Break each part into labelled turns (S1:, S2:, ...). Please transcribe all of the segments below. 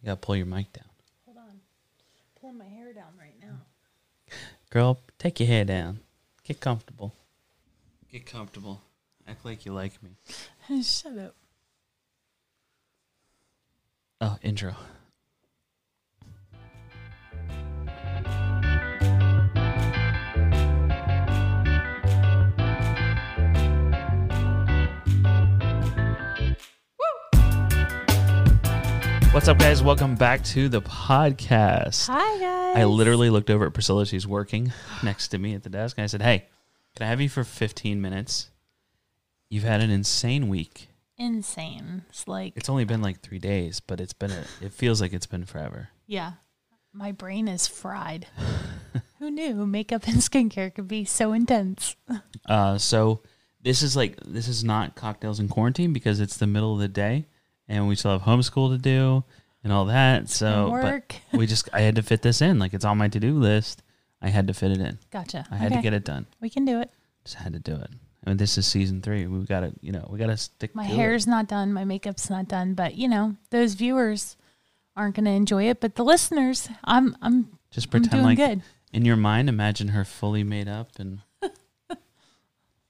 S1: You gotta pull your mic down.
S2: Hold on. Pulling my hair down right now.
S1: Girl, take your hair down. Get comfortable. Get comfortable. Act like you like me.
S2: Shut up.
S1: Oh, intro. What's up, guys? Welcome back to the podcast.
S2: Hi guys.
S1: I literally looked over at Priscilla. She's working next to me at the desk. And I said, Hey, can I have you for 15 minutes? You've had an insane week.
S2: insane. It's like
S1: It's only been like three days, but it's been, a, it feels like it's been forever.
S2: yeah. My brain is fried. Who knew makeup and skincare could be so intense?
S1: Uh, so this is like, this is not cocktails in quarantine because it's the middle of the day and we still have homeschool to do and all that. So, but
S2: work.
S1: we just, I had to fit this in. Like it's on my to do list. I had to fit it in.
S2: Gotcha.
S1: I had to get it done.
S2: We can do it.
S1: Just had to do it. I mean, this is season three. We've got to, you know, we got to stick.
S2: My
S1: to it.
S2: hair's not done, my makeup's not done, but you know, those viewers aren't going to enjoy it, but the listeners, I'm I'm,
S1: Just
S2: I'm
S1: pretend
S2: doing
S1: like
S2: good.
S1: in your mind, imagine her fully made up and.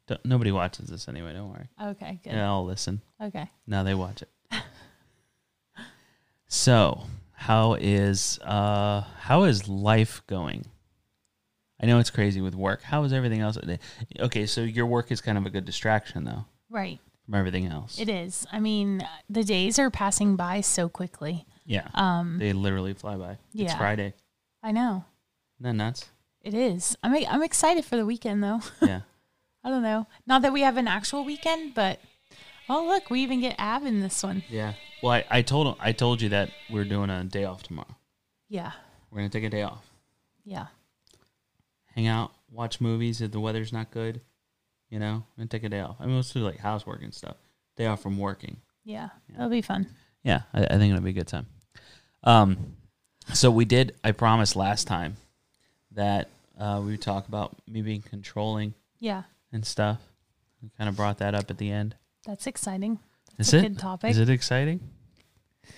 S1: Don't- nobody watches this anyway. Don't worry.
S2: Okay, good.
S1: Yeah, I'll listen.
S2: Okay.
S1: Now they watch it. so, how is uh how is life going? I know it's crazy with work. How is everything else? Okay, so your work is kind of a good distraction though
S2: Right.
S1: from everything else.
S2: It is. I mean, the days are passing by so quickly.
S1: yeah,
S2: Um
S1: they literally fly by. It's
S2: yeah.
S1: Friday.
S2: I know.
S1: Isn't that nuts?
S2: It is. I'm e, I'm excited for the weekend though.
S1: Yeah.
S2: I don't know. Not that we have an actual weekend, but oh look, we even get Ab in this one.
S1: Yeah. Well, I, I told I told you that we're doing a day off tomorrow.
S2: Yeah,
S1: We're gonna take a day off,
S2: yeah,
S1: hang out, watch movies if the weather's not good. You know, and take a day off. I mean, let's do like housework and stuff. Day off from working.
S2: yeah.
S1: Yeah.
S2: That'll be fun.
S1: Yeah, I, I think it'll be a good time. Um, so we did. I promised last time that uh, we would talk about me being controlling
S2: Yeah,
S1: and stuff. We kind of brought that up at the end.
S2: that's exciting.
S1: Is
S2: a
S1: it?
S2: good topic.
S1: Is it exciting?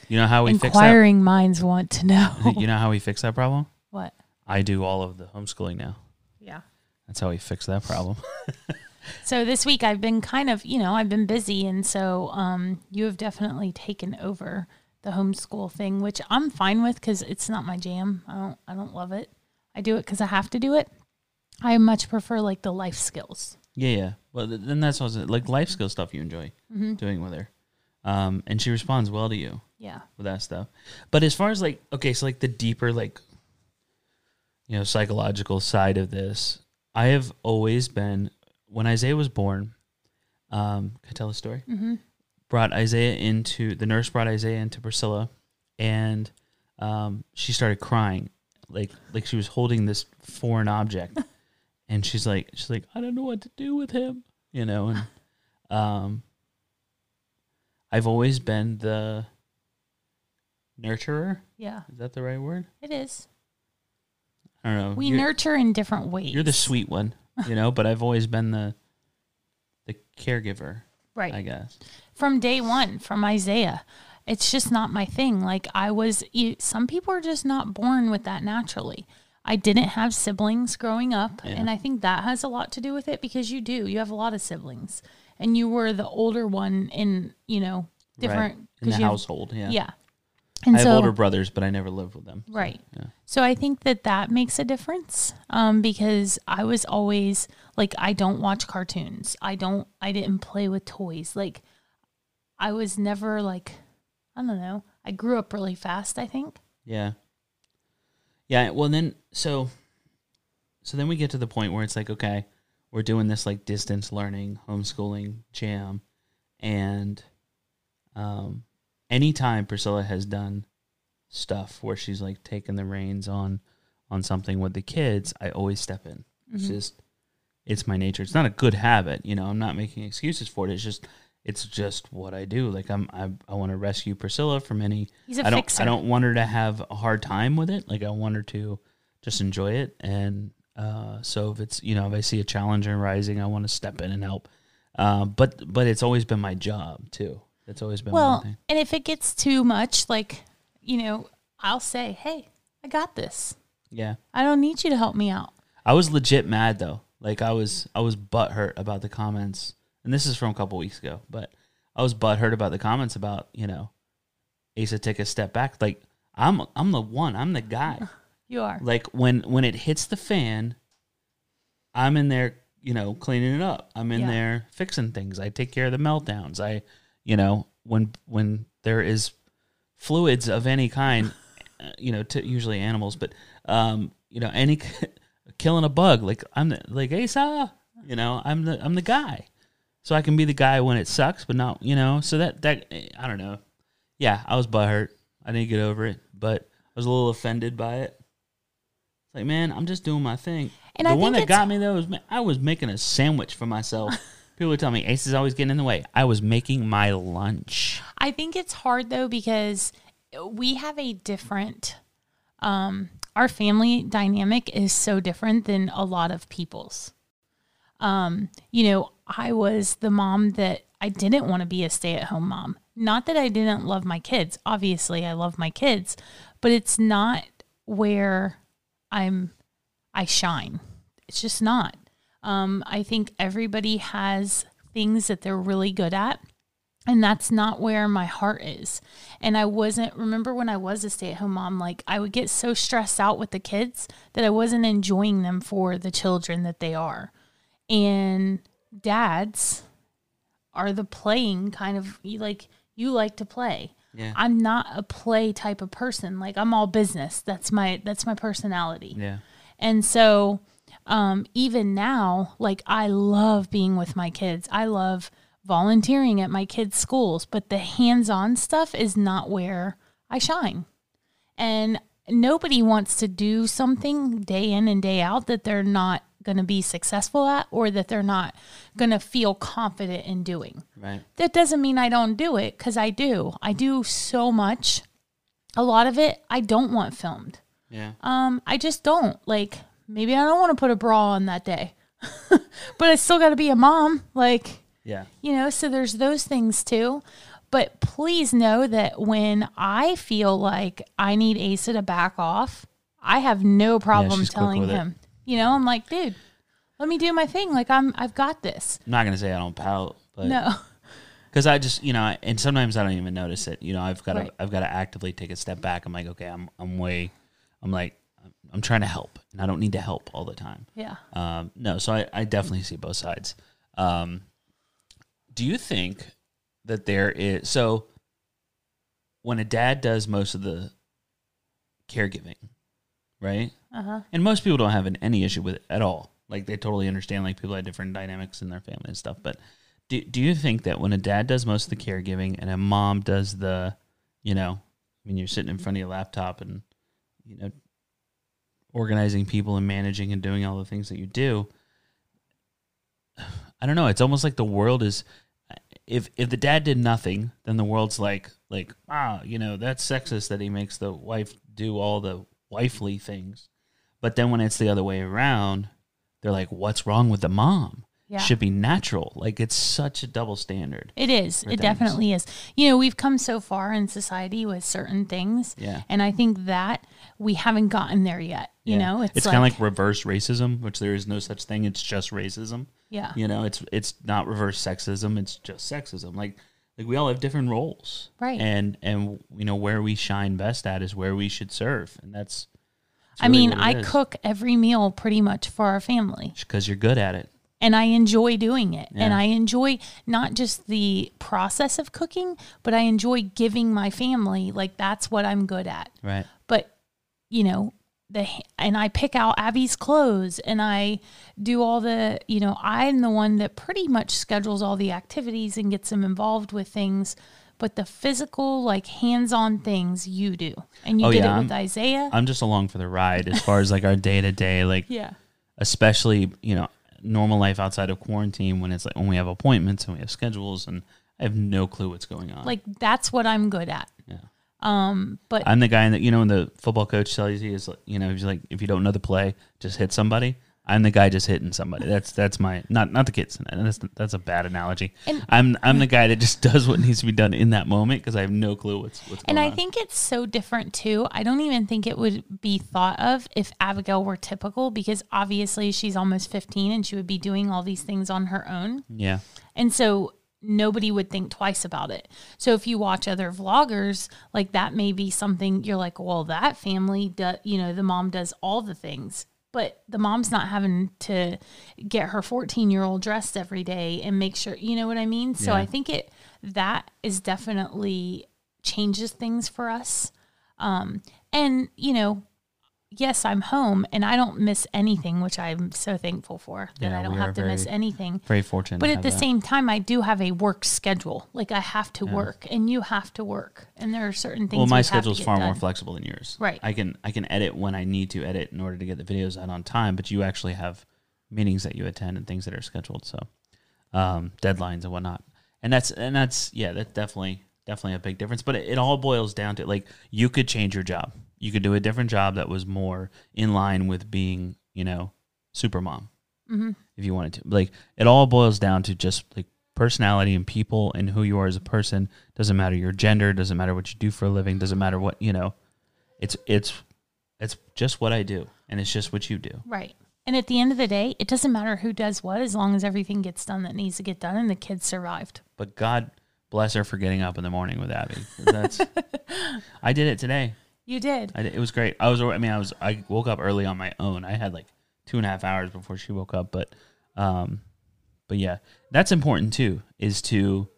S1: You know how we
S2: Inquiring minds want to know
S1: fix that. You know how we fix that problem?
S2: what.
S1: I do all of the homeschooling now.
S2: Yeah.
S1: That's how we fix that problem.
S2: So this week I've been kind of, you know, I've been busy, and so um, you have definitely taken over the homeschool thing, which I'm fine with because it's not my jam. I don't, I don't love it. I do it because I have to do it. I much prefer like the life skills.
S1: Yeah, yeah. Well, th- then that's also like life skill stuff you enjoy doing with her, um, and she responds well to you
S2: Yeah.
S1: with that stuff. But as far as like okay, so like the deeper like you know psychological side of this, I have always been when Isaiah was born. Um, can I tell a story?
S2: Mm-hmm.
S1: Brought Isaiah into the nurse brought Isaiah into Priscilla, and um, she started crying like like she was holding this foreign object and she's like she's like i don't know what to do with him you know and um i've always been the nurturer
S2: Yeah,
S1: is that the right word
S2: it is.
S1: i don't know
S2: We
S1: You're-
S2: nurture in different ways.
S1: you're the sweet one you know but i've always been the the caregiver
S2: right
S1: i guess
S2: from day one, from Isaiah. It's just not my thing. Like I was, you, some people are just not born with that naturally. I didn't have siblings growing up,
S1: Yeah.
S2: and I think that has a lot to do with it because you do. You have a lot of siblings, and you were the older one in you know different
S1: in the
S2: 'cause you have-
S1: household yeah,
S2: Yeah. and
S1: i have
S2: so
S1: older brothers but i never lived with them
S2: Right.
S1: yeah.
S2: So I think that that makes a difference um, because I was always like, I don't watch cartoons. I don't, I didn't play with toys. Like, I was never like, I don't know. I grew up really fast, I think.
S1: Yeah. Yeah. Well, then, so, so then we get to the point where it's like, okay, we're doing this like distance learning, homeschooling jam, and, um, anytime Priscilla has done stuff where she's like taking the reins on, on something with the kids, I always step in. It's just, it's my nature. It's not a good habit, you know. I'm not making excuses for it. It's just, it's just what I do. Like I'm, I, I want to rescue Priscilla from any
S2: He's a
S1: I don't
S2: fixer.
S1: I don't want her to have a hard time with it. Like I want her to just enjoy it. And uh, so if it's you know if I see a challenge arising, I want to step in and help. Uh, but but it's always been my job too. It's always been my
S2: Well,
S1: thing.
S2: and if it gets too much, like, you know, I'll say, "Hey, I got this.
S1: Yeah.
S2: I don't need you to help me out."
S1: I was legit mad though. Like I was I was butthurt about the comments. And this is from a couple weeks ago, but I was butthurt about the comments about, you know, Asa take a step back. Like I'm I'm the one. I'm the guy.
S2: You are.
S1: Like when when it hits the fan, I'm in there, you know, cleaning it up. I'm in
S2: Yeah.
S1: there fixing things. I take care of the meltdowns. I, you know, when when there is fluids of any kind, uh, you know, to usually animals, but um, you know, any killing a bug, like I'm the, like Asa, you know, I'm the I'm the guy. So I can be the guy when it sucks, but not, you know, so that that I don't know. Yeah, I was butthurt. I didn't get over it, but I was a little offended by it. It's like, man, I'm just doing my thing.
S2: And
S1: the
S2: I
S1: one that
S2: think
S1: got me though was ma- I was making a sandwich for myself. People would tell me Ace is always getting in the way. I was making my lunch.
S2: I think it's hard though because we have a different um our family dynamic is so different than a lot of people's. Um, you know, I was the mom that I didn't want to be a stay-at-home mom. Not that I didn't love my kids. Obviously, I love my kids, but it's not where I'm I shine. It's just not. Um, I think everybody has things that they're really good at and that's not where my heart is and i wasn't remember when i was a stay-at-home mom like i would get so stressed out with the kids that i wasn't enjoying them for the children that they are and dads are the playing kind of you like you like to play
S1: Yeah.
S2: i'm not a play type of person like i'm all business that's my that's my personality
S1: Yeah.
S2: and so um, even now, like I love being with my kids. I love volunteering at my kids' schools, but the hands on stuff is not where I shine. And nobody wants to do something day in and day out that they're not going to be successful at or that they're not going to feel confident in doing
S1: Right.
S2: that doesn't mean I don't do it because I do. I do so much. A lot of it I don't want filmed.
S1: Yeah.
S2: Um, I just don't. Like, maybe I don't want to put a bra on that day, but I still got to be a mom. Like,
S1: Yeah.
S2: you know, so there's those things too. But please know that when I feel like I need Asa to back off, I have no problem
S1: she's quick
S2: telling
S1: with it.
S2: him. You know, I'm like, dude, let me do my thing. Like, I'm, I've got this.
S1: I'm not gonna say I don't pout, but
S2: No,
S1: because I just you know, I- and sometimes I don't even notice it. You know, I've got to
S2: Right.
S1: I've got to actively take a step back. I'm like, okay, I'm I'm way, I'm like, I'm- I'm trying to help, and I don't need to help all the time.
S2: yeah.
S1: Um, no, so I, I definitely see both sides. Um, do you think that there is so when a dad does most of the caregiving, right?
S2: Uh huh.
S1: And most people don't have an, any issue with it at all. Like they totally understand like people have different dynamics in their family and stuff. But do do you think that when a dad does most of the caregiving and a mom does the, you know, I mean you're sitting in front of your laptop and you know organizing people and managing and doing all the things that you do. I don't know. It's almost like the world is if if the dad did nothing, then the world's like like ah, you know, that's sexist that he makes the wife do all the wifely things. But then when it's the other way around, they're like, what's wrong with the mom?
S2: Yeah.
S1: Should be natural. Like it's such a double standard.
S2: It is.
S1: for
S2: It
S1: things.
S2: definitely is. You know, we've come so far in society with certain things.
S1: Yeah.
S2: And I think that we haven't gotten there yet. You
S1: Yeah.
S2: know, it's,
S1: it's kind of like reverse racism, which there is no such thing. It's just racism.
S2: yeah.
S1: You know, it's it's not reverse sexism. It's just sexism. Like like we all have different roles,
S2: Right.
S1: And and you know where we shine best at is where we should serve, and that's. that's
S2: I
S1: really
S2: mean,
S1: what it
S2: I
S1: is.
S2: cook every meal pretty much for our family.
S1: because you're good at it.
S2: and I enjoy doing it. And
S1: Yeah.
S2: I enjoy not just the process of cooking, but I enjoy giving my family like that's what I'm good at.
S1: Right.
S2: But you know, the and I pick out Abby's clothes and I do all the, you know, I'm the one that pretty much schedules all the activities and gets them involved with things. But the physical, like hands-on things, you do, and you
S1: Oh,
S2: did
S1: yeah,
S2: it with
S1: I'm-
S2: Isaiah.
S1: I'm just along for the ride as far as like our day to day, like
S2: yeah,
S1: especially you know normal life outside of quarantine when it's like when we have appointments and we have schedules and I have no clue what's going on.
S2: like that's what I'm good at.
S1: Yeah.
S2: Um, but
S1: I'm the guy that you know when the football coach tells you is like, you know he's like if you don't know the play, just hit somebody. I'm the guy just hitting somebody. That's that's my not not the kids. That's that's a bad analogy.
S2: And-
S1: I'm I'm the guy that just does what needs to be done in that moment because I have no clue what's what's
S2: And
S1: going
S2: I
S1: on.
S2: think it's so different too. I don't even think it would be thought of if Abigail were typical because obviously she's almost 15 and she would be doing all these things on her own.
S1: yeah,
S2: And so nobody would think twice about it. So if you watch other vloggers, like that may be something you're like, well, that family, do, you know, the mom does all the things. But the mom's not having to get her 14 year old dressed every day and make sure, you know what I mean? So
S1: Yeah.
S2: I think it, that is definitely changes things for us. Um, and, you know, yes, I'm home and I don't miss anything, which I'm so thankful for that
S1: Yeah,
S2: I don't
S1: we are
S2: have to miss
S1: very-
S2: anything.
S1: very fortunate.
S2: But
S1: to
S2: at
S1: have
S2: the
S1: that.
S2: same time, I do have a work schedule. Like I have to work, and you have to work, and there are certain things.
S1: well,
S2: we
S1: my
S2: have to
S1: schedule's
S2: get
S1: far more
S2: done.
S1: flexible than yours.
S2: Right.
S1: I can I can edit when I need to edit in order to get the videos out on time. But you actually have meetings that you attend and things that are scheduled. So um, deadlines and whatnot. And that's and that's yeah, that's definitely definitely a big difference. But it, it all boils down to like you could change your job. You could do a different job that was more in line with being you know super mom if you wanted to. Like it all boils down to just like personality and people and who you are as a person. Doesn't matter your gender, doesn't matter what you do for a living, doesn't matter what you know. It's it's it's just what I do and it's just what you do.
S2: Right. And at the end of the day, it doesn't matter who does what, as long as everything gets done that needs to get done, and the kids survived.
S1: But God bless her for getting up in the morning with Abby. 'cause That's I did it today.
S2: You did.
S1: I did, it was great. I was I mean I was I woke up early on my own. I had like two and a half hours before she woke up, but um but yeah, that's important too is to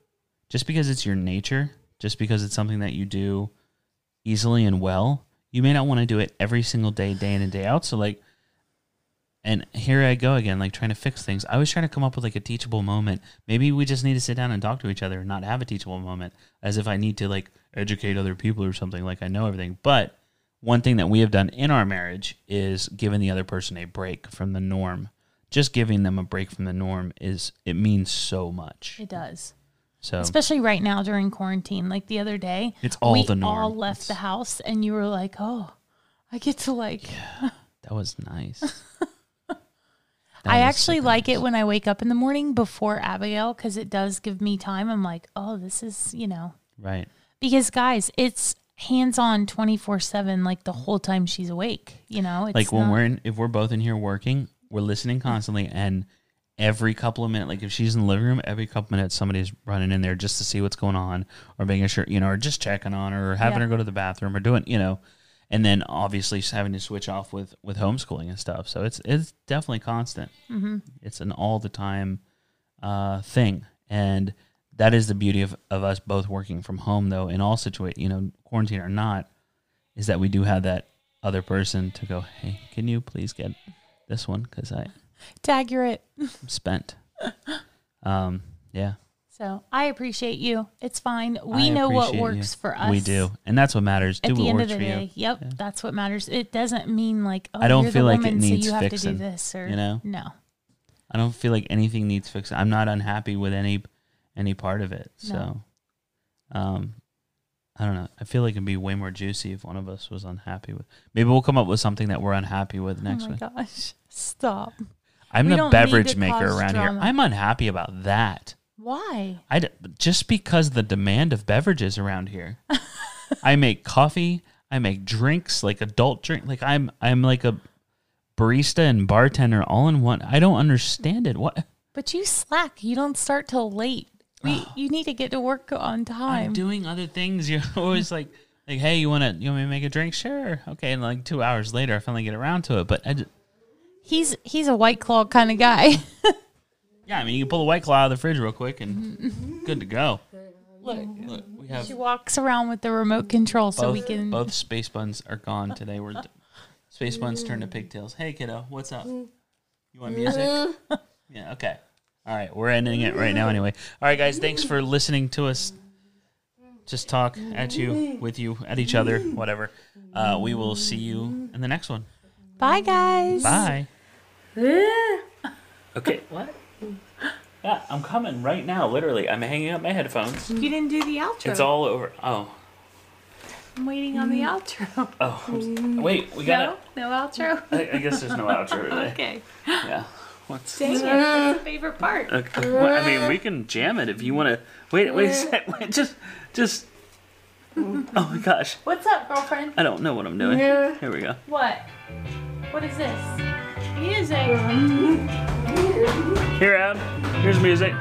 S1: just because it's your nature, just because it's something that you do easily and well, you may not want to do it every single day, day in and day out. So like and here I go again, like trying to fix things. I was trying to come up with like a teachable moment. Maybe we just need to sit down and talk to each other and not have a teachable moment as if I need to like educate other people or something like I know everything. But one thing that we have done in our marriage is giving the other person a break from the norm. Just giving them a break from the norm is it means so much.
S2: It does.
S1: So
S2: Especially right now during quarantine. Like the other day,
S1: It's all
S2: we
S1: the norm.
S2: all left the house, and you were like, "Oh, I get to like."
S1: that was nice.
S2: I actually like it when I wake up in the morning before Abigail because it does give me time. I'm like, "Oh, this is you know
S1: Right.
S2: because guys it's hands on 24/7 like the whole time she's awake you know it's
S1: like when
S2: not-
S1: we're in if we're both in here working we're listening constantly and every couple of minutes like if she's in the living room every couple minutes somebody's running in there just to see what's going on or making sure you know or just checking on her or having
S2: Yeah.
S1: her go to the bathroom or doing you know and then obviously just having to switch off with with homeschooling and stuff so it's it's definitely constant
S2: Mm-hmm.
S1: it's an all the time uh, thing and that is the beauty of, of us both working from home though in all situations you know quarantine or not is that we do have that other person to go, hey, can you please get this one because I'm
S2: tag you're it
S1: spent. Um, yeah,
S2: so i appreciate you it's fine
S1: I
S2: we know what
S1: appreciate you.
S2: works for us
S1: we do, and that's what matters.
S2: at
S1: do
S2: the
S1: what
S2: end of
S1: works
S2: the
S1: for
S2: day
S1: you.
S2: yep that's what matters it doesn't mean like oh,
S1: I don't
S2: you're
S1: feel
S2: the
S1: like it
S2: woman,
S1: needs
S2: so you have
S1: fixing,
S2: to do this or
S1: you know?
S2: no
S1: I don't feel like anything needs fixing. I'm not unhappy with any any part of it.
S2: No.
S1: So, um, I don't know. I feel like it'd be way more juicy if one of us was unhappy with. Maybe we'll come up with something that we're unhappy with next
S2: oh my
S1: week.
S2: gosh stop
S1: I'm
S2: We
S1: the
S2: don't need to
S1: beverage maker
S2: cause
S1: around
S2: drama.
S1: here. I'm unhappy about that.
S2: why
S1: I d- just because the demand of beverages around here. I make coffee. I make drinks like adult drink. Like I'm I'm like a barista and bartender all in one. I don't understand it. What
S2: but you slack you don't start till late we, you need to get to work on
S1: I'm
S2: time
S1: doing other things. You're always like like hey you want to you want me to make a drink? Sure. Okay. And like two hours later, I finally get around to it. But I just,
S2: he's he's a white claw kind of guy
S1: yeah, I mean you can pull a white claw out of the fridge real quick and good to go.
S2: look
S1: Look, we have
S2: She walks around with the remote control so
S1: both,
S2: we can.
S1: both space buns are gone today. We're d- space buns turned to pigtails. Hey kiddo, what's up? You want music?
S2: Mm-hmm.
S1: yeah, okay. All right, we're ending it right now anyway. All right guys, thanks for listening to us. Just talk at you, with you, at each other, whatever. Uh, we will see you in the next one.
S2: Bye, guys.
S1: Bye. okay, what? Yeah, I'm coming right now, literally. I'm hanging up my headphones.
S2: You didn't do the outro.
S1: It's all over. Oh.
S2: I'm waiting on the outro.
S1: Oh, I'm s- wait, we got
S2: no, no outro.
S1: it. I, I guess there's no outro today.
S2: Okay.
S1: Yeah. What's
S2: Dang it. That's the favorite part.
S1: Okay. Well, I mean, we can jam it if you want to. Wait, wait a sec. Wait, just, just. Oh my gosh,
S2: What's up, girlfriend?
S1: I don't know what I'm doing. Here we go.
S2: What? What is this? Music.
S1: Here, Ab. Here's music.